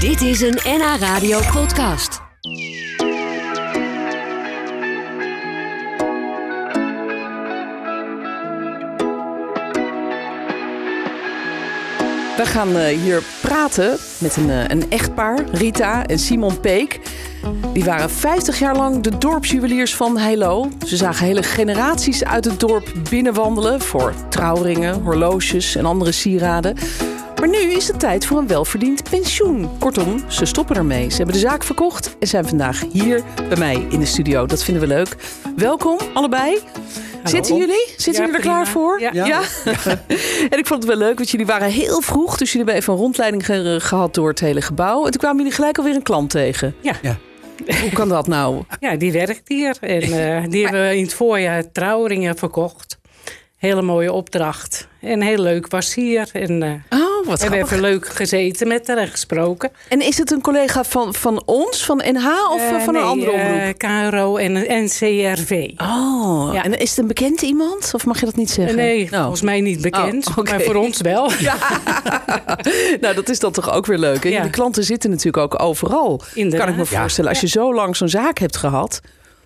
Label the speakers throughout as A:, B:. A: Dit is een NH Radio podcast.
B: We gaan eh, hier praten met een, eh, een echtpaar, Rita en Simon Peek. Die waren 50 jaar lang de dorpsjuweliers van Heilo. Ze zagen hele generaties uit het dorp binnenwandelen voor trouwringen, horloges en andere sieraden. Maar nu is het tijd voor een welverdiend pensioen. Kortom, ze stoppen ermee. Ze hebben de zaak verkocht en zijn vandaag hier bij mij in de studio. Dat vinden we leuk. Welkom allebei. Zitten jullie? Zitten
C: Ja,
B: jullie er
C: prima.
B: klaar voor?
C: Ja.
B: en ik vond het wel leuk, want jullie waren heel vroeg. Dus jullie hebben even een rondleiding ge- gehad door het hele gebouw. En toen kwamen jullie gelijk alweer een klant tegen.
C: Ja.
D: Ja.
B: Hoe kan dat nou?
C: Ja, die werkt hier. En eh, die hebben we in het voorjaar trouwringen verkocht. Hele mooie opdracht. En heel leuk was hier. En eh
B: Oh, wat
C: hebben we
B: grappig.
C: even leuk gezeten met haar en gesproken.
B: En is het een collega van, van ons, van NH of eh,
C: Eh,
B: van
C: nee,
B: een andere omroep?
C: eh, KRO en NCRV.
B: oh,
C: ja.
B: en is het een bekend iemand? Of mag je dat niet zeggen?
C: Nee,
B: Nou.
C: volgens mij niet bekend.
B: Oh, oké.
C: Maar voor ons wel.
B: nou, dat is dan toch ook weer leuk. En
C: Ja.
B: jullie klanten zitten natuurlijk ook overal.
C: Inderdaad.
B: Kan ik me
C: Ja.
B: voorstellen. Als je zo lang zo'n zaak hebt gehad.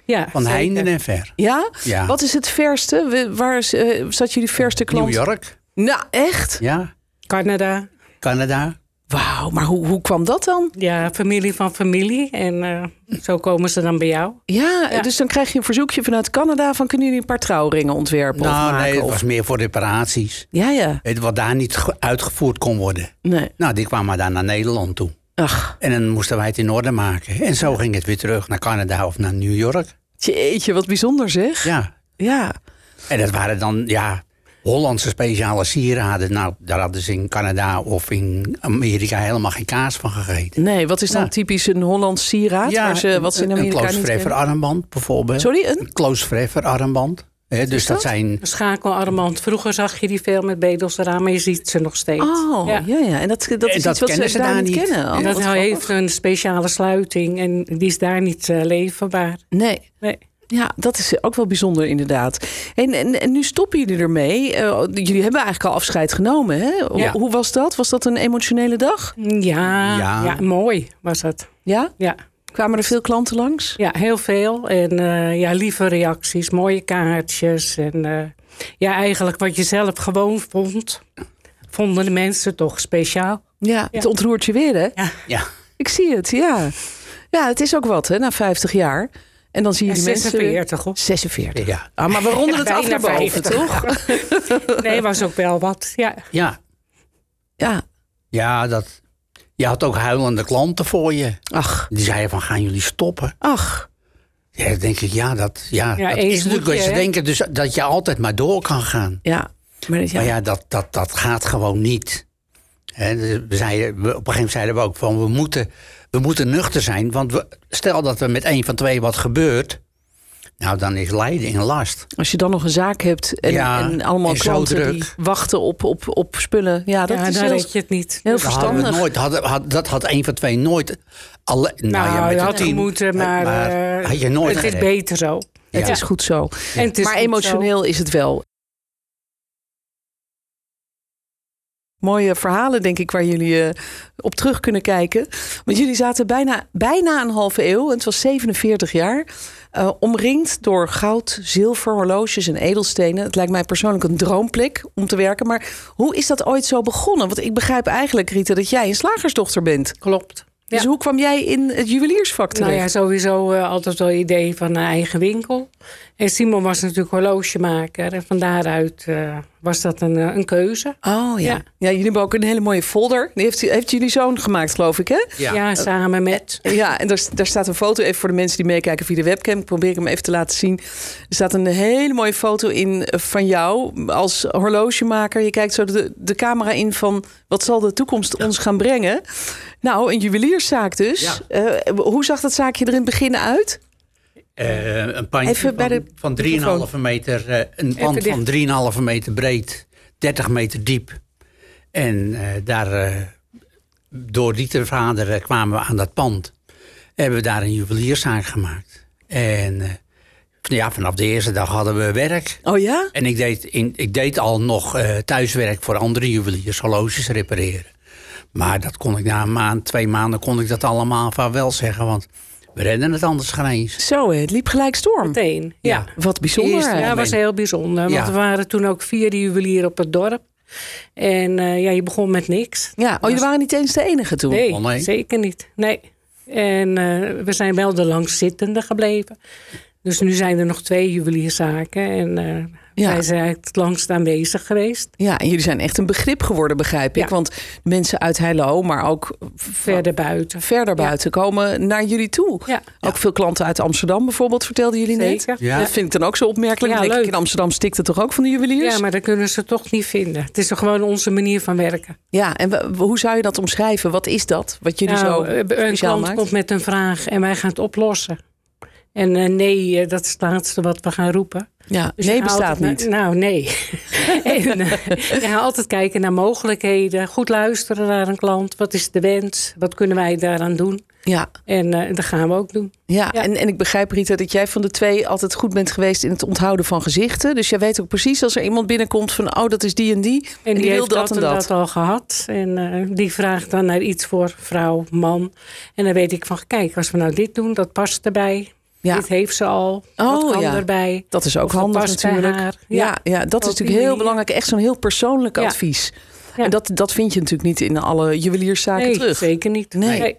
C: Ja,
D: Van
C: zeker.
D: Heinden en Ver.
B: Ja?
D: Ja.
B: Wat is het verste? We- Waar is, eh, zat jullie verste klant?
D: New York,
B: Nou, echt?
D: ja.
C: Canada.
D: Canada.
B: Wauw, maar hoe, hoe kwam dat dan?
C: Ja, familie van familie. En eh, zo komen ze dan bij jou.
B: Ja,
C: Ja.
B: dus dan krijg je een verzoekje vanuit Canada van kunnen jullie een paar trouwringen ontwerpen of
D: nou,
B: maken?
D: nee, het
B: of-
D: was meer voor reparaties.
B: Ja, ja.
D: Weet je, wat daar niet ge- uitgevoerd kon worden.
B: Nee.
D: Nou, die kwamen dan naar Nederland toe.
B: Ach,
D: En dan moesten wij het in orde maken. En zo ging het weer terug naar Canada of naar New York.
B: jeetje, wat bijzonder zeg.
D: Ja.
B: Ja.
D: En dat waren dan, ja, Hollandse speciale sieraden. Nou, daar hadden ze in Canada of in Amerika helemaal geen kaas van gegeten.
B: Nee, wat is dan
D: Ja.
B: typisch een Hollands sieraad? waar ze, wat ze in
D: een-
B: Amerika
D: Een
B: niet
D: close forever
B: kennen?
D: armband bijvoorbeeld.
B: Sorry, een?
D: Een close forever armband. Hè, dus
B: dat?
D: dat zijn
C: Een Schakelarmband. Vroeger zag je die veel met bedels eraan, maar je ziet ze nog steeds.
B: Oh, ja,
C: Ja.
B: ja. En dat, dat is
D: dat
B: iets wat
D: kennen
B: ze daar, niet kennen. Oh,
C: En dat
B: wat
C: hij
B: grappig.
C: heeft een speciale sluiting en die is daar niet eh, leverbaar.
B: Nee.
C: Nee.
B: Ja, dat is ook wel bijzonder inderdaad. En, en, en nu stoppen jullie ermee. Eh, jullie hebben eigenlijk al afscheid genomen, hè? Hoe-
C: Ja.
B: Hoe was dat? Was dat een emotionele dag?
C: Ja, ja.
D: Ja.
C: mooi was het.
B: Ja?
C: Ja,
B: Kwamen er veel klanten langs?
C: ja heel veel. En eh, ja, lieve reacties, mooie kaartjes. En eh, ja, eigenlijk wat je zelf gewoon vond, vonden de mensen toch speciaal.
B: Ja, het ontroert je weer, hè?
D: Ja,
B: Ik zie het, ja. Ja, het is ook wat, hè, na 50 jaar. En dan zie je
C: En
B: die mensen... weer-
C: 46 hoor.
B: 46.
D: ja,
B: Ah, maar we ronden het
C: Ja,
B: af naar
C: bijna
B: boven,
C: 50.
B: toch?
C: Nee, was ook wel wat. Ja,
B: Ah,
D: ja.
B: Ja,
D: ja dat, je had ook huilende klanten voor je.
B: ach,
D: Die zeiden van, gaan jullie stoppen?
B: ach.
D: Ja, dan denk ik, ja, dat, ja,
C: Ja,
D: dat
C: eens
D: is natuurlijk
C: doe je,
D: wat ze
C: hè?
D: denken. Dus dat je altijd maar door kan gaan.
B: Ja, maar ja.
D: Maar Oh ja, dat, dat, dat gaat gewoon niet. Hè, dus we zeiden, we, op een gegeven moment zeiden we ook van, we moeten, we moeten nuchter zijn. Want we, stel dat er met één van twee wat gebeurt... Nou, dan is lijden in last.
B: Als je dan nog een zaak hebt en,
D: Ja,
B: en allemaal
D: en zo
B: klanten
D: druk.
B: die wachten op, op, op spullen. Ja, dat
C: ja
B: is
C: dan
B: heel,
C: weet je het niet.
B: heel
D: Dat hadden we
B: verstandig.
D: nooit, hadden, had, dat had één van twee nooit... Alle, nou,
C: Nou,
D: ja, met
C: je
D: een
C: had
D: team,
C: moeten, maar, eh,
D: had je nooit
C: het is
D: gered.
C: beter zo.
B: Het
D: Ja.
B: is goed zo.
C: En het is
B: maar
C: goed zo.
B: emotioneel is het wel. Mooie verhalen, denk ik, waar jullie eh, op terug kunnen kijken. Want jullie zaten bijna, bijna een halve eeuw, en het was 47 jaar, eh, omringd door goud, zilver, horloges en edelstenen. Het lijkt mij persoonlijk een droomplek om te werken. Maar hoe is dat ooit zo begonnen? Want ik begrijp eigenlijk, Rita, dat jij een slagersdochter bent.
C: Klopt.
B: Dus
C: Ja.
B: hoe kwam jij in het juweliersvak terecht?
C: Nou ja, sowieso eh, altijd wel idee van een eigen winkel. En Simon was natuurlijk horlogemaker. En van daaruit eh, was dat een, eh, een keuze.
B: Oh ja. ja.
C: Ja.
B: jullie hebben ook een hele mooie folder. Die heeft, heeft jullie zoon gemaakt, geloof ik, hè?
C: Ja, samen met.
B: Ja, en daar, daar staat een foto even voor de mensen die meekijken via de webcam. Ik probeer hem even te laten zien. Er staat een hele mooie foto in eh, van jou als horlogemaker. Je kijkt zo de, de camera in van wat zal de toekomst ons gaan brengen. Nou, een juwelierszaak dus. Eh, hoe zag dat zaakje er in het begin uit?
D: Eh, een pandje
B: Even bij de
D: van, van 3,5 meter, eh, een pand
C: dicht.
D: van 3,5 meter breed, 30 meter diep. En eh, daar, eh, door die te vaderen kwamen we aan dat pand. Hebben we daar een juwelierszaak gemaakt. En eh, ja, vanaf de eerste dag hadden we werk.
B: Oh ja?
D: En ik deed, in, ik deed al nog eh, thuiswerk voor andere juweliers, horloges repareren. Maar dat kon ik na een maand, twee maanden kon ik dat allemaal van wel zeggen. Want we redden het anders geen eens.
B: Zo, het liep gelijk storm.
C: meteen. Ja,
D: Ja.
B: Wat bijzonder.
D: Eerst,
B: hè?
C: ja was heel bijzonder. Want
D: Ja.
C: er waren toen ook vier juwelieren op het dorp. En eh, ja, je begon met niks.
B: Ja, oh, jullie waren niet eens de enige toen.
C: Nee,
D: Oh, nee.
C: zeker niet. Nee. En eh, we zijn wel de langzittende gebleven. Dus nu zijn er nog twee juwelierszaken. En eh,
B: Ja.
C: wij zijn eigenlijk het langst aanwezig geweest.
B: Ja, en jullie zijn echt een begrip geworden, begrijp ik.
C: Ja.
B: Want mensen uit Heilo, maar ook
C: Verder buiten.
B: verder buiten komen naar jullie toe.
C: Ja.
B: Ook veel klanten uit Amsterdam bijvoorbeeld, vertelden jullie net.
C: Zeker.
D: Ja.
B: Dat vind ik dan ook zo opmerkelijk.
C: Ja,
B: Dan denk ik,
C: leuk.
B: in Amsterdam stikt het toch ook van de juweliers?
C: Ja, maar dat kunnen ze toch niet vinden. Het is toch gewoon onze manier van werken.
B: Ja, en w- w- hoe zou je dat omschrijven? Wat is dat? Wat jullie
C: Nou,
B: zo
C: eh, een
B: speciaal
C: klant
B: maakt?
C: komt met een vraag en wij gaan het oplossen. En eh, nee, eh, dat is het laatste wat we gaan roepen.
B: Ja,
C: Dus
B: nee,
C: je gaat
B: bestaat
C: altijd
B: niet.
C: naar- nou, nee. en, eh, je gaat altijd kijken naar mogelijkheden. Goed luisteren naar een klant. Wat is de wens? Wat kunnen wij daaraan doen?
B: Ja,
C: En eh, dat gaan we ook doen.
B: ja.
C: Ja.
B: En, en ik begrijp, Rita, dat jij van de twee altijd goed bent geweest in het onthouden van gezichten. Dus jij weet ook precies als er iemand binnenkomt van, oh, dat is die en die. En, die, wil
C: heeft
B: dat en dat.
C: al gehad. En eh, die vraagt dan naar iets voor vrouw, man. En dan weet ik van, kijk, als we nou dit doen, dat past erbij.
B: Ja,
C: Dit heeft ze al.
B: Oh,
C: dat kan
B: ja.
C: erbij.
B: dat is ook
C: Of dat
B: handig
C: past bij
B: natuurlijk.
C: haar.
B: Ja, ja, dat is
C: Op die
B: natuurlijk heel
C: manier.
B: belangrijk. Echt zo'n heel persoonlijk
C: Ja.
B: advies.
C: Ja.
B: En dat, dat vind je natuurlijk niet in alle juwelierszaken
C: nee,
B: terug.
C: zeker niet.
B: Nee.
D: Nee.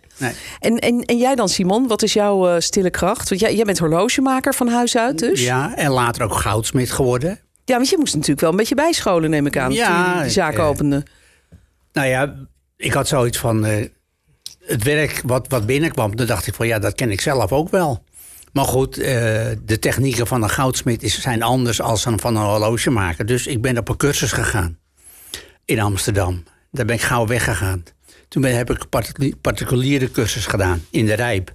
B: En, en, en jij dan, Simon, wat is jouw eh, stille kracht? Want jij, jij bent horlogemaker van huis uit dus.
D: Ja, en later ook goudsmid geworden.
B: Ja, want je moest natuurlijk wel een beetje bijscholen, neem ik aan.
D: Ja,
B: toen je die zaak
D: ik, eh,
B: opende.
D: Nou ja, ik had zoiets van. eh, het werk wat, wat binnenkwam, dan dacht ik van ja, dat ken ik zelf ook wel. Maar goed, eh, de technieken van een goudsmid is, zijn anders dan van, van een horlogemaker. Dus ik ben op een cursus gegaan in Amsterdam. Daar ben ik gauw weggegaan. Toen ben, heb ik een particuli- particuliere cursus gedaan in de Rijp.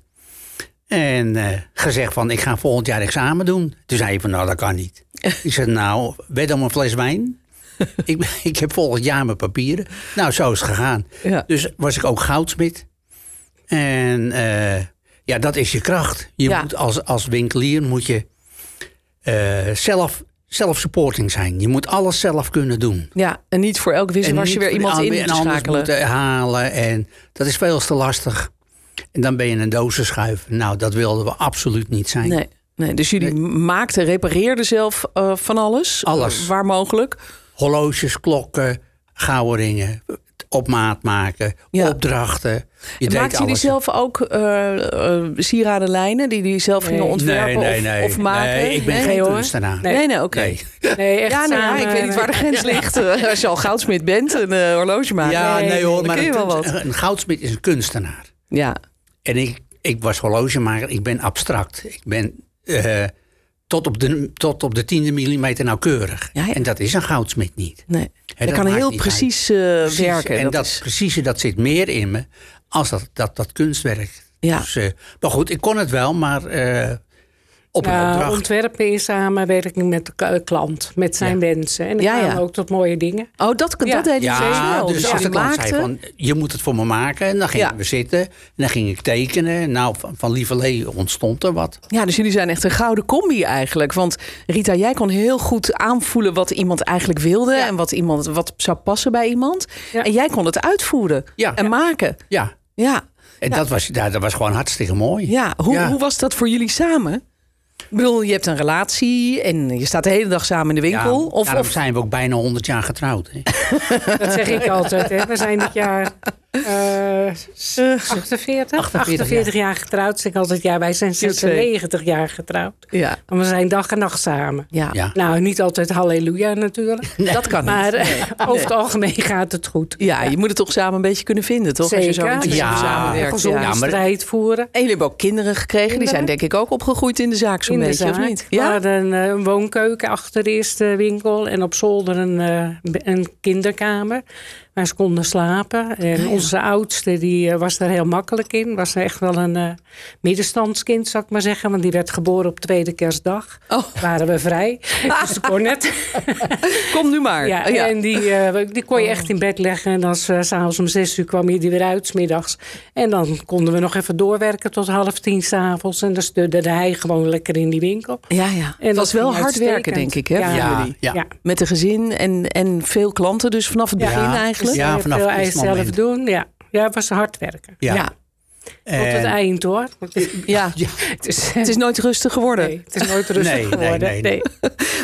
D: En eh, gezegd van, ik ga volgend jaar examen doen. Toen zei hij van, nou dat kan niet. ik zei, nou, wed om een fles wijn. ik, ben- ik heb volgend jaar mijn papieren. Nou, zo is het gegaan.
B: Ja.
D: Dus was ik ook goudsmid. En eh, ja, dat is je kracht. Je
B: Ja.
D: moet als, als winkelier moet je eh, zelf, zelf supporting zijn. Je moet alles zelf kunnen doen.
B: Ja, en niet voor elk
D: En
B: wisselwasje
D: niet
B: weer
D: voor de
B: iemand in
D: ander-
B: moet
D: en anders
B: schakelen.
D: moeten halen. En dat is veel te lastig. En dan ben je een dozen schuiven. Nou, dat wilden we absoluut niet zijn.
B: Nee, nee, dus jullie maakten, repareerden zelf eh, van alles.
D: Alles.
B: Eh, waar mogelijk.
D: Horloges, klokken, gouden ringen. Op maat maken,
B: Ja.
D: opdrachten. Je deed
B: En maakten jullie
D: alles.
B: zelf ook eh, eh, sieradenlijnen die jullie zelf gingen
C: Nee.
B: ontwerpen of, of maken?
D: Nee, ik ben
B: Nee?
D: geen
C: hoor.
D: kunstenaar.
B: Nee, nee, oké.
D: Nee.
C: Nee, echt
B: Ja, nou ja,
C: samen,
B: ik weet niet waar de
C: eh,
B: grens ligt. eh, Als je al goudsmid bent, een eh horloge maken.
D: Ja, nee, hoor,
B: dan
D: maar
B: kun je
D: een,
B: wel wat.
D: kunst- een goudsmid is een kunstenaar.
B: Ja,
D: En ik, ik was horlogemaker, ik ben abstract. Ik ben eh, tot, op de, tot op de tiende millimeter nauwkeurig.
B: Ja, ja.
D: En dat is een goudsmid niet.
B: nee.
D: Hè,
B: dat
D: dat
B: kan
D: maakt
B: heel
D: niet
B: precies, eh,
D: Precies,
B: werken.
D: En
B: dat
D: dat,
B: is-
D: precieze, dat zit meer in me als dat, dat, dat kunstwerk.
B: Ja.
D: Dus, eh, maar goed, ik kon het wel, maar eh, op een
C: nou,
D: opdracht.
C: ontwerpen in samenwerking met de k- eh, klant, met zijn
D: Ja.
C: wensen. En dan
B: Ja,
C: gaan
B: ja.
C: we ook tot mooie dingen.
B: Oh, dat, dat
C: Ja.
B: deed hij
D: Ja,
B: wel.
D: dus,
B: Dus
D: als de
B: jullie
D: klant zei
B: maakten-
D: van, je moet het voor me maken. En dan gingen
B: Ja.
D: we zitten. En dan ging ik tekenen. Nou, van, van lieverlee ontstond er wat.
B: Ja, dus jullie zijn echt een gouden combi eigenlijk. Want Rita, jij kon heel goed aanvoelen wat iemand eigenlijk wilde en wat, iemand, wat zou passen bij iemand.
C: Ja.
B: En jij kon het uitvoeren
D: Ja.
B: en maken.
D: Ja,
B: Ja.
D: en Dat, was, ja, dat was gewoon hartstikke mooi.
B: Ja. Hoe,
D: Ja.
B: hoe was dat voor jullie samen? Ik bedoel, je hebt een relatie en je staat de hele dag samen in de winkel.
D: Ja,
B: of,
D: daarom
B: of
D: zijn we ook bijna 100 jaar getrouwd. Hè?
C: Dat zeg ik altijd. Hè. We zijn dit jaar eh 48? 48 jaar getrouwd. Zeg ik altijd, ja, wij zijn 96 jaar getrouwd.
B: ja.
C: En we zijn dag en nacht samen.
B: Ja.
D: Ja.
C: Nou, niet altijd halleluja natuurlijk.
B: dat kan niet.
C: Maar eh, over het algemeen gaat het goed.
B: Ja, je moet het toch samen een beetje kunnen vinden, toch? Als je zo
C: Zeker.
B: intensief
D: Ja.
B: samenwerkt.
C: Gezond
B: Ja.
D: Ja, maar-
C: strijd voeren.
B: En jullie hebben ook kinderen gekregen. Die zijn denk ik ook opgegroeid in de zaak zo'n
C: in de
B: beetje,
C: zaak.
B: of niet?
C: We hadden een, eh, een woonkeuken achter de eerste winkel. En op zolder een, eh, be- een kinderkamer. Waar ze konden slapen.
B: Ah,
C: En onze oudste die eh, was daar heel makkelijk in. Was echt wel een eh, middenstandskind, zou ik maar zeggen. Want die werd geboren op tweede kerstdag.
B: Oh.
C: Waren we vrij. dus dat kon net.
B: Kom nu maar. Oh,
C: Ja,
B: Ja.
C: en die, eh, die kon je echt in bed leggen. En als eh, s'avonds om zes uur kwam je die weer uit, 's middags. En dan konden we nog even doorwerken tot half tien s'avonds. En dan studde hij gewoon lekker in die winkel.
B: Ja, ja.
C: En
B: het
C: dat
B: was wel
C: ging
B: hard
C: uitstekend.
B: werken, denk ik, hè,
C: Ja.
B: voor
D: Ja,
B: jullie.
D: ja.
C: Ja.
B: Met een gezin en, en veel klanten dus vanaf het begin
D: Ja.
B: eigenlijk.
D: Ja,
C: Ja,
D: vanaf
C: Eh, veel
D: het
C: eisen
D: eerste
C: zelf
D: moment.
C: doen. Ja. Ja, het was hard werken.
B: Ja.
D: Ja.
B: Ja.
C: Tot het
D: En-
C: eind hoor. Want het- Het is,
B: Het is nooit rustig geworden.
C: nee, het is nooit rustig
D: Nee, nee,
C: geworden.
D: nee, nee.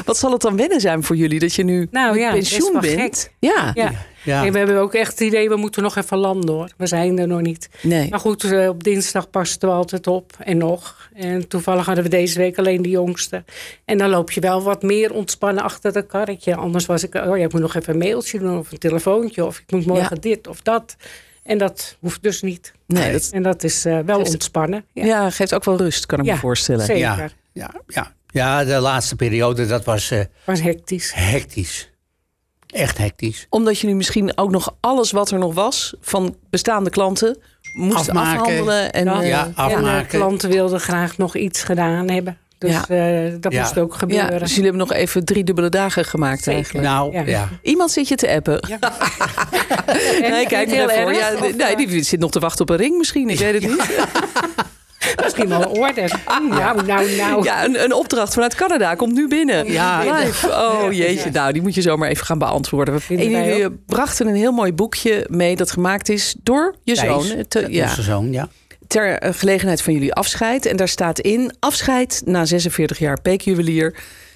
B: Wat zal het dan wennen zijn voor jullie dat je nu
C: Nou
B: met
C: ja,
B: pensioen
C: best wel
B: bent?
C: gek.
B: Ja.
C: Ja.
D: Ja.
C: Nee, we hebben ook echt het idee, we moeten nog even landen hoor. We zijn er nog niet.
B: Nee.
C: Maar goed, eh, op dinsdag pasten we altijd op en nog. En toevallig hadden we deze week alleen de jongste. En dan loop je wel wat meer ontspannen achter dat karretje. Anders was ik, oh ja, ik moet nog even een mailtje doen of een telefoontje. Of ik moet morgen dit of dat. En dat hoeft dus niet.
B: Nee, dat-
C: En dat is eh, wel
B: Dus-
C: ontspannen.
B: Ja. geeft ook wel rust, kan ik
C: Ja,
B: me voorstellen.
C: zeker.
D: Ja, ja, ja. ja, de laatste periode, dat was eh,
C: was hectisch.
D: hectisch. Echt hectisch.
B: Omdat je nu misschien ook nog alles wat er nog was van bestaande klanten moest
D: Afmaken.
B: afhandelen. En,
C: Ja,
B: eh,
D: ja,
C: En de
D: afmaken.
C: klanten wilden graag nog iets gedaan hebben. Dus
B: Ja.
C: eh, dat
D: Ja.
C: moest ook
B: ja,
C: gebeuren.
B: dus jullie hebben nog even drie dubbele dagen gemaakt
C: Zeker.
B: eigenlijk.
D: nou,
C: Ja.
D: ja.
B: Iemand zit je te appen.
C: En
B: nee, kijk
C: niet
B: maar
C: heel
B: even.
C: erg,
B: Ja,
C: of,
B: nee, die zit nog te wachten op een ring misschien. Ik weet het niet.
C: eh, Misschien wel een order. Nou, nou, nou.
B: Ah. Ja, een, een opdracht vanuit Canada komt nu binnen.
D: Ja.
B: Live. Oh jeetje, nou die moet je zomaar even gaan beantwoorden. En
C: Vinden wij
B: jullie eh, brachten een heel mooi boekje mee dat gemaakt is door je
D: Thijs,
B: zoon. eh, Te- ja. dus
D: Onze zoon, ja.
B: ter eh, gelegenheid van jullie afscheid. En daar staat in: afscheid na 46 jaar peekjuwelier.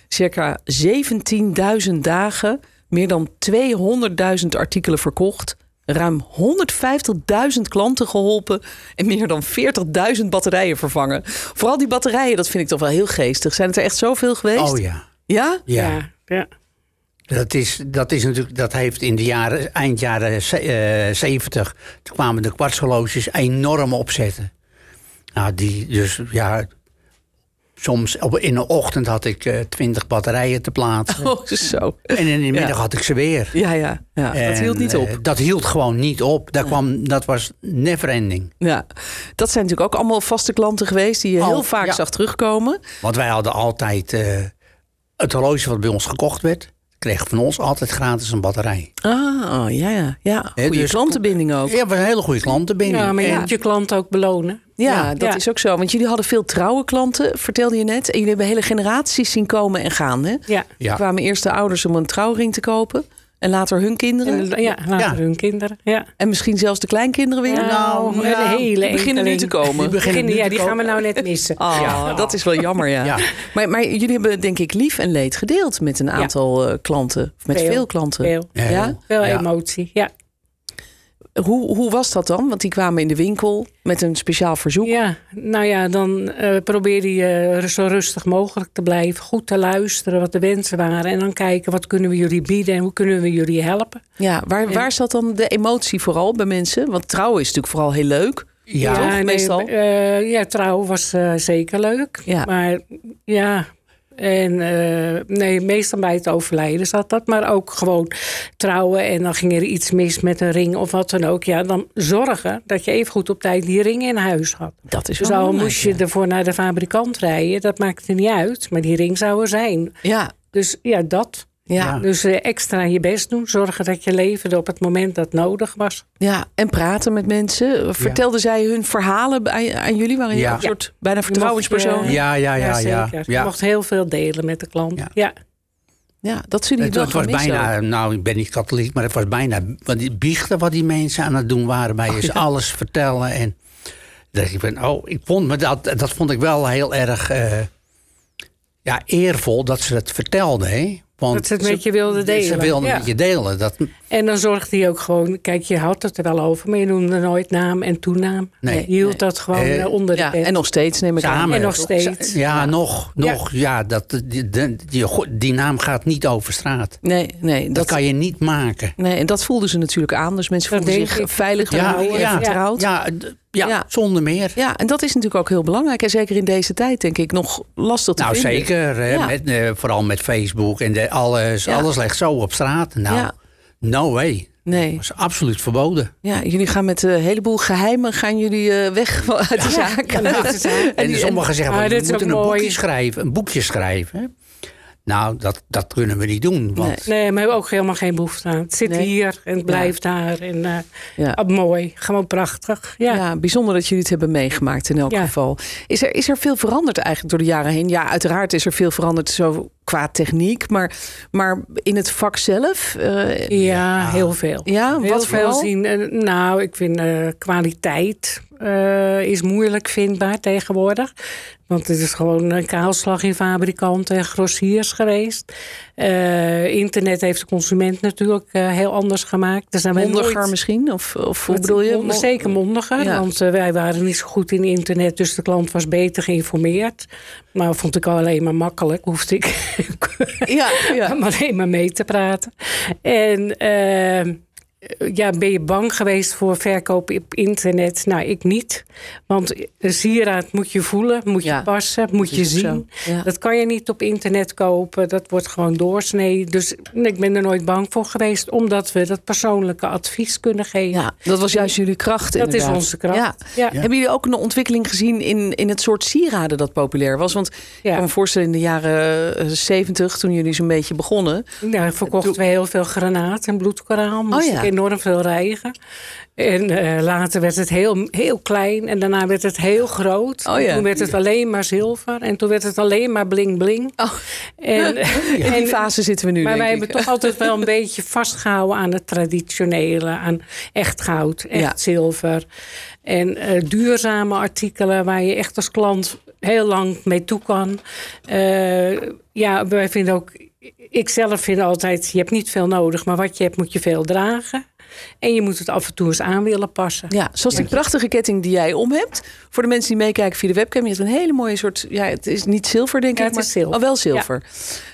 B: Circa 17.000 dagen, meer dan 200.000 artikelen verkocht. Ruim 150.000 klanten geholpen en meer dan 40.000 batterijen vervangen. Vooral die batterijen, dat vind ik toch wel heel geestig. Zijn het er echt zoveel geweest?
D: Oh ja.
B: Ja?
D: ja.
C: ja.
D: Dat, is, dat, is natuurlijk, dat heeft in de jaren, eind jaren ze- eh, 70, toen kwamen de kwartshorloges enorm opzetten. Nou, die dus, ja, soms op, in de ochtend had ik eh, twintig batterijen te plaatsen.
B: Oh, zo.
D: En in de middag
B: Ja.
D: had ik ze weer.
B: Ja, ja, ja. dat
D: En,
B: hield niet op.
D: eh, dat hield gewoon niet op. Daar kwam, dat was never ending.
B: Ja. Dat zijn natuurlijk ook allemaal vaste klanten geweest die je heel
D: Oh,
B: vaak
D: ja.
B: zag terugkomen.
D: Want wij hadden altijd eh, het horloge wat bij ons gekocht werd, kreeg van ons altijd gratis een batterij.
B: Ah, ja, ja. ja.
D: Hè,
B: Goede
D: dus-
B: klantenbinding ook. Ja,
D: Ja, was een hele goede klantenbinding.
C: Ja, maar je
D: En-
C: moet je klant ook belonen.
B: dat
C: Ja.
B: is ook zo. Want jullie hadden veel trouwe klanten, vertelde je net. En jullie hebben hele generaties zien komen en gaan. Hè?
C: Ja.
B: Er
D: ja.
B: kwamen eerst de ouders om een trouwring te kopen. En later hun kinderen.
C: En,
B: En,
C: de- ja, later
D: Ja.
C: hun kinderen. Ja.
B: misschien zelfs de kleinkinderen weer.
C: Nou,
B: Die
C: een hele
B: beginnen nu
C: enkeling.
B: te komen.
D: Die beginnen nu
C: ja,
D: te
C: die
D: komen.
C: gaan we nou net missen.
B: Ah, dat is wel jammer, ja.
D: Ja.
B: Maar, maar jullie hebben denk ik lief en leed gedeeld met een aantal eh, klanten. Of met veel,
C: Veel,
B: klanten.
C: Veel,
D: Heel.
B: Ja?
C: veel
D: Ja.
C: emotie. Ja.
B: Hoe, hoe was dat dan? Want die kwamen in de winkel met een speciaal verzoek.
C: ja, nou ja, dan eh probeerde je eh, zo rustig mogelijk te blijven. Goed te luisteren wat de wensen waren. En dan kijken wat kunnen we jullie bieden en hoe kunnen we jullie helpen.
B: Ja, waar, waar zat dan de emotie vooral bij mensen? Want trouwen is natuurlijk vooral heel leuk.
D: Ja.
B: Toch?
C: nee,
B: Meestal?
C: eh, ja, trouw was eh, zeker leuk.
B: Ja.
C: Maar ja, en eh, nee, meestal bij het overlijden zat dat. Maar ook gewoon trouwen en dan ging er iets mis met een ring of wat dan ook. Ja, dan zorgen dat je even goed op tijd die ring in huis had.
D: Oh,
B: Dat is
C: Dus
B: wel
C: al
B: belangrijk,
C: moest je
B: ja.
C: ervoor naar de fabrikant rijden, dat maakte niet uit. Maar die ring zou er zijn.
B: Ja,
C: Dus ja, dat.
B: ja, ja.
D: Ja.
C: Dus eh, extra je best doen. Zorgen dat je leverde op het moment dat nodig was.
B: en praten met mensen. Vertelden zij hun verhalen bij- aan jullie? Waren jullie
D: Ja.
B: ook een soort bijna vertrouwenspersoon?
C: mocht, eh,
B: ja.
D: Ja, Ah, ja, ja, ja.
C: zeker. Je
D: ja.
C: mocht heel veel delen met de klant.
D: Ja.
C: ja.
B: dat zullen
D: Het,
B: jullie
D: het
B: wel
D: was
B: gaan missen
D: bijna, nou ik ben niet katholiek, maar het was bijna wat die biechten wat die mensen aan het doen waren.
C: Oh,
D: Bij is alles vertellen en dat ik ben, oh, ik vond me dat, dat vond ik wel heel erg eh, ja, eervol dat ze het vertelden, hè? Want
C: Dat ze het met je wilden
D: Ze
C: delen,
D: wilden
C: ja.
D: met je delen. Dat,
C: En dan zorgde hij ook gewoon, kijk, je had het er wel over, maar je noemde nooit naam en toenaam.
D: Nee.
C: Je hield dat gewoon
D: Eh,
C: eh, onder de
B: Ja,
C: pet.
B: en nog steeds neem ik aan.
D: samen.
C: En nog steeds.
D: Ja, nog, nog. Ja, dat, die, die, die, die naam gaat niet over straat.
B: Nee, nee,
D: Dat
B: dat,
D: kan je niet maken.
B: nee, en dat voelden ze natuurlijk aan. Dus mensen
C: Dat
B: voelden
C: denk
B: zich
C: ik.
B: veilig gehouden en vertrouwd. Ja.
D: Ja, d- ja,
B: Ja.
D: zonder meer.
B: en dat is natuurlijk ook heel belangrijk. En zeker in deze tijd, denk ik, nog lastig te
D: Nou,
B: vinden.
D: zeker. hè,
B: Ja.
D: met, eh, vooral met Facebook en de, alles.
B: Ja.
D: Alles ligt zo op straat. Nou,
B: Ja.
D: no way.
B: Nee.
D: Dat is absoluut verboden.
B: Ja, jullie gaan met eh, een heleboel geheimen gaan jullie, eh, weg van- uit de zaak.
C: ja, dat is het.
D: En,
B: die-
D: sommigen zeggen,
C: Ah,
D: we
C: dit is
D: moeten een
C: ook mooi.
D: boekje schrijven. Een boekje schrijven. Nou, dat, dat kunnen we niet doen. Want
C: Nee, maar we hebben ook helemaal geen behoefte aan. Het zit
B: Nee.
C: hier en het blijft daar. En, eh,
B: Ja.
C: ah, mooi, gewoon prachtig. Ja.
B: Ja. bijzonder dat jullie het hebben meegemaakt in elk
C: Ja.
B: geval. Is er, is er veel veranderd eigenlijk door de jaren heen? Ja, uiteraard is er veel veranderd zo qua techniek, maar, maar in het vak zelf? eh,
C: Ja, heel veel.
B: ja,
C: Heel
B: Oh, wat
C: veel
B: vooral?
C: zien. Eh, nou, ik vind eh, kwaliteit eh, is moeilijk vindbaar tegenwoordig. Want het is gewoon een kaalslag in fabrikanten en grossiers geweest. Eh, internet heeft de consument natuurlijk eh, heel anders gemaakt. Er zijn wij
B: Mondiger
C: nooit-
B: misschien? Of, of hoe
C: Wat-
B: bedoel je?
C: mond- Zeker mondiger,
B: Ja.
C: want eh, wij waren niet zo goed in internet, dus de klant was beter geïnformeerd. Maar vond ik alleen maar makkelijk, hoefde ik
B: Ja, ja.
C: om alleen maar mee te praten. En eh, ja, ben je bang geweest voor verkoop op internet? Nou, ik niet. Want een sieraad moet je voelen, moet
B: Ja,
C: je passen, moet je
B: is ook
C: zien.
B: zo. Ja.
C: Dat kan je niet op internet kopen. Dat wordt gewoon doorsnee. Dus ik ben er nooit bang voor geweest, omdat we dat persoonlijke advies kunnen geven.
B: ja, dat was juist jullie kracht
C: Dat is
B: inderdaad.
C: onze kracht.
B: Ja.
C: Ja. Ja.
B: Hebben jullie ook een ontwikkeling gezien in, in het soort sieraden dat populair was? Want ik
C: Ja.
B: kan me voorstellen in de jaren eh, zeventig, toen jullie zo'n beetje begonnen.
C: Nou, verkochten we heel veel granaat en bloedkoraal. Moest
B: Oh ja.
C: ik enorm veel rijgen. En eh, later werd het heel, heel klein en daarna werd het heel groot.
B: Oh ja.
C: Toen werd het alleen maar zilver en toen werd het alleen maar bling bling.
B: Oh.
C: En,
B: In die
C: en-
B: fase zitten we nu,
C: maar
B: denk
C: wij
B: ik.
C: hebben toch altijd wel een beetje vastgehouden aan het traditionele. Aan echt goud, echt
B: Ja.
C: zilver. En eh, duurzame artikelen waar je echt als klant heel lang mee toe kan. Eh, ja, wij vinden ook... Ik zelf vind altijd, je hebt niet veel nodig. Maar wat je hebt, moet je veel dragen. En je moet het af en toe eens aan willen passen.
B: Ja, zoals die prachtige ketting die jij om hebt. Voor de mensen die meekijken via de webcam, je hebt een hele mooie soort. Ja, het is niet zilver, denk
C: Ja,
B: ik.
C: het
B: maar,
C: is zilver.
B: Oh, wel zilver.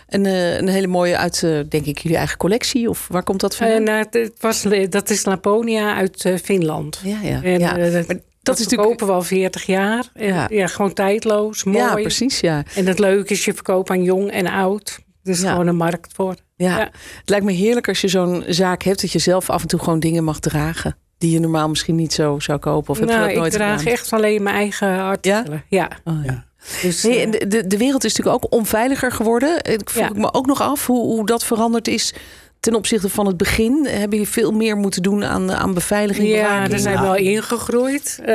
B: En eh, een hele mooie uit, eh, denk ik, jullie eigen collectie. Of waar komt dat
C: Eh,
B: vandaan?
C: nou, het- het was, dat is Laponia uit eh, Finland.
B: ja, ja.
C: En,
B: ja.
C: eh, dat,
B: Maar
C: dat is natuurlijk... we al 40 jaar. En,
B: Ja.
C: ja. gewoon tijdloos, mooi.
B: ja, precies. Ja.
C: En het leuke is, je verkoopt aan jong en oud. Er is
B: Ja.
C: gewoon een markt voor.
B: Ja.
C: Ja.
B: het lijkt me heerlijk als je zo'n zaak hebt dat je zelf af en toe gewoon dingen mag dragen die je normaal misschien niet zo zou kopen. Of heb je
C: nou,
B: dat nooit
C: ik draag
B: gedaan?
C: echt alleen mijn eigen artikelen. Ja.
B: Oh, ja.
C: Dus,
B: Hey,
C: eh,
B: en de- de, de wereld is natuurlijk ook onveiliger geworden. Ik vroeg
C: Ja.
B: ik me ook nog af hoe, hoe dat veranderd is ten opzichte van het begin. Hebben jullie veel meer moeten doen aan, aan beveiliging?
C: ja,
B: bewaking?
C: daar zijn we
D: Ja.
C: wel ingegroeid. eh,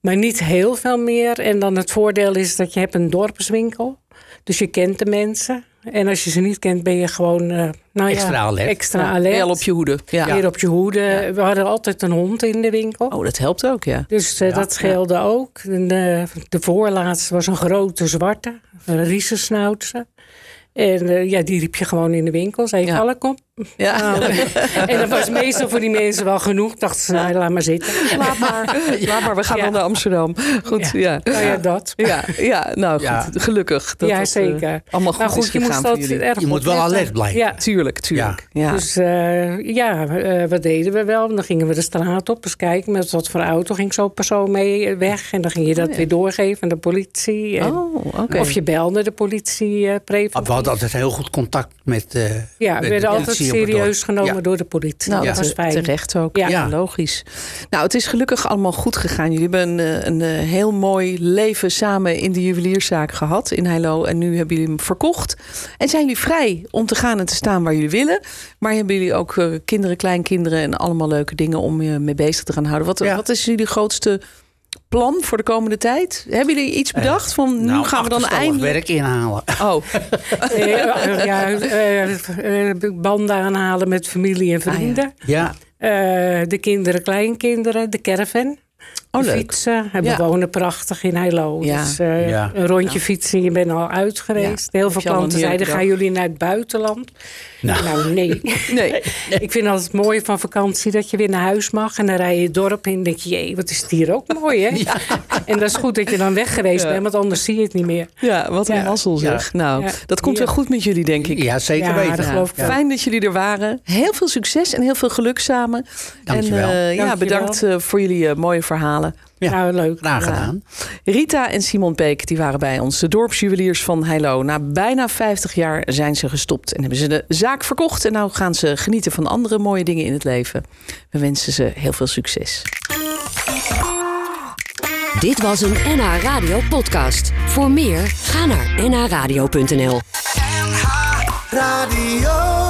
C: maar niet heel veel meer. En dan het voordeel is dat je hebt een dorpswinkel. Dus je kent de mensen. En als je ze niet kent, ben je gewoon eh, nou ja,
D: Extra alert.
C: Extra
B: Ja,
C: alert.
B: wel op je hoede. Ja.
C: Weer op je hoede. We hadden altijd een hond in de winkel.
B: Oh, dat helpt ook, ja.
C: Dus eh,
D: Ja.
C: dat scheelde ook. En, eh, de voorlaatste was een grote zwarte, een riesensnautse. En eh, ja, die riep je gewoon in de winkel. Zei je,
B: Ja.
C: valk op?
B: Ja,
C: Nou, en dat was meestal voor die mensen wel genoeg. Dachten ze, nou, laat maar zitten.
B: laat maar. Laat maar, we gaan
C: Ja.
B: wel naar Amsterdam. Goed, ja. Ja,
C: Nou ja, dat.
B: ja, nou goed.
D: Ja.
B: Gelukkig. Dat
C: Ja,
B: dat, eh,
C: zeker.
B: allemaal goed,
C: Maar Nou, goed,
B: is
C: je
B: gegaan
C: moest
B: voor
C: dat
B: jullie.
C: erg
D: je moet wel
C: opletten.
D: alert blijven.
C: Ja.
B: Tuurlijk, tuurlijk. Ja.
C: Dus eh, ja, eh, wat deden we wel? Dan gingen we de straat op, eens kijken met wat voor auto ging zo'n persoon mee eh, weg. En dan ging je dat weer doorgeven aan de politie. En
B: oh, oké.
C: Of je belde de politie eh preventief.
D: We hadden altijd heel goed contact met. eh,
C: Ja, we
D: met
C: werden
D: Ah, de
C: altijd
D: politie op het dorp.
C: serieus genomen
D: Ja.
C: door de politie.
B: Nou,
C: dat
B: te-
C: was fijn.
B: terecht ook. Ja.
C: Ja.
B: logisch. Nou, het is gelukkig allemaal goed gegaan. Jullie hebben een, eh, een eh, heel mooi leven samen in de juwelierszaak gehad in Heilo. En nu hebben jullie hem verkocht. En zijn jullie vrij om te gaan en te staan waar jullie willen. Maar hebben jullie ook eh, kinderen, kleinkinderen en allemaal leuke dingen om je mee bezig te gaan houden. Wat,
D: Ja.
B: wat is jullie grootste plan voor de komende tijd? Hebben jullie iets bedacht van nu
D: Nou,
B: gaan we dan
D: achterstallig
B: eindelijk...
D: werk inhalen.
B: Oh,
C: Eh, eh, ja, eh, eh, banden aanhalen met familie en
B: Ah,
C: vrienden.
D: Ja,
C: Eh, de kinderen, kleinkinderen, de caravan.
B: Oh,
C: de
B: leuk.
C: fietsen. En
B: Ja.
C: We wonen prachtig in Heilo.
B: Ja.
C: Dus eh,
D: Ja.
C: een rondje fietsen, je bent al uit geweest.
B: Ja.
C: Heel
B: Heb
C: veel
B: je al een
C: klanten zeiden,
B: heerlijke
C: gaan jullie naar het buitenland?
D: Nou.
C: Nou, nee.
B: nee.
C: Ik vind altijd het mooie van vakantie dat je weer naar huis mag. En dan rij je het dorp in en denk je, jee, wat is het hier ook mooi, hè? En dat is goed dat je dan weg geweest
B: Ja.
C: bent, want anders zie je het niet meer.
B: Ja, wat een
C: Ja.
B: mazzel zeg. Nou,
C: Ja.
B: dat komt wel
C: Ja.
B: goed met jullie, denk ik.
D: ja zeker
C: Ja,
D: weten.
C: dat geloof ik
D: Ja.
B: Fijn dat jullie er waren. Heel veel succes en heel veel geluk samen. En
D: Dankjewel.
B: eh, ja,
C: Dankjewel.
B: bedankt eh, voor jullie eh, mooie verhalen.
D: Ja.
C: Nou, leuk.
D: Graag gedaan.
B: Rita en Simon Peek die waren bij ons, de dorpsjuweliers van Heilo. Na bijna 50 jaar zijn ze gestopt en hebben ze de zaak verkocht. En nou gaan ze genieten van andere mooie dingen in het leven. We wensen ze heel veel succes.
A: Dit was een NH Radio podcast. Voor meer, ga naar nhradio.nl.
E: radio.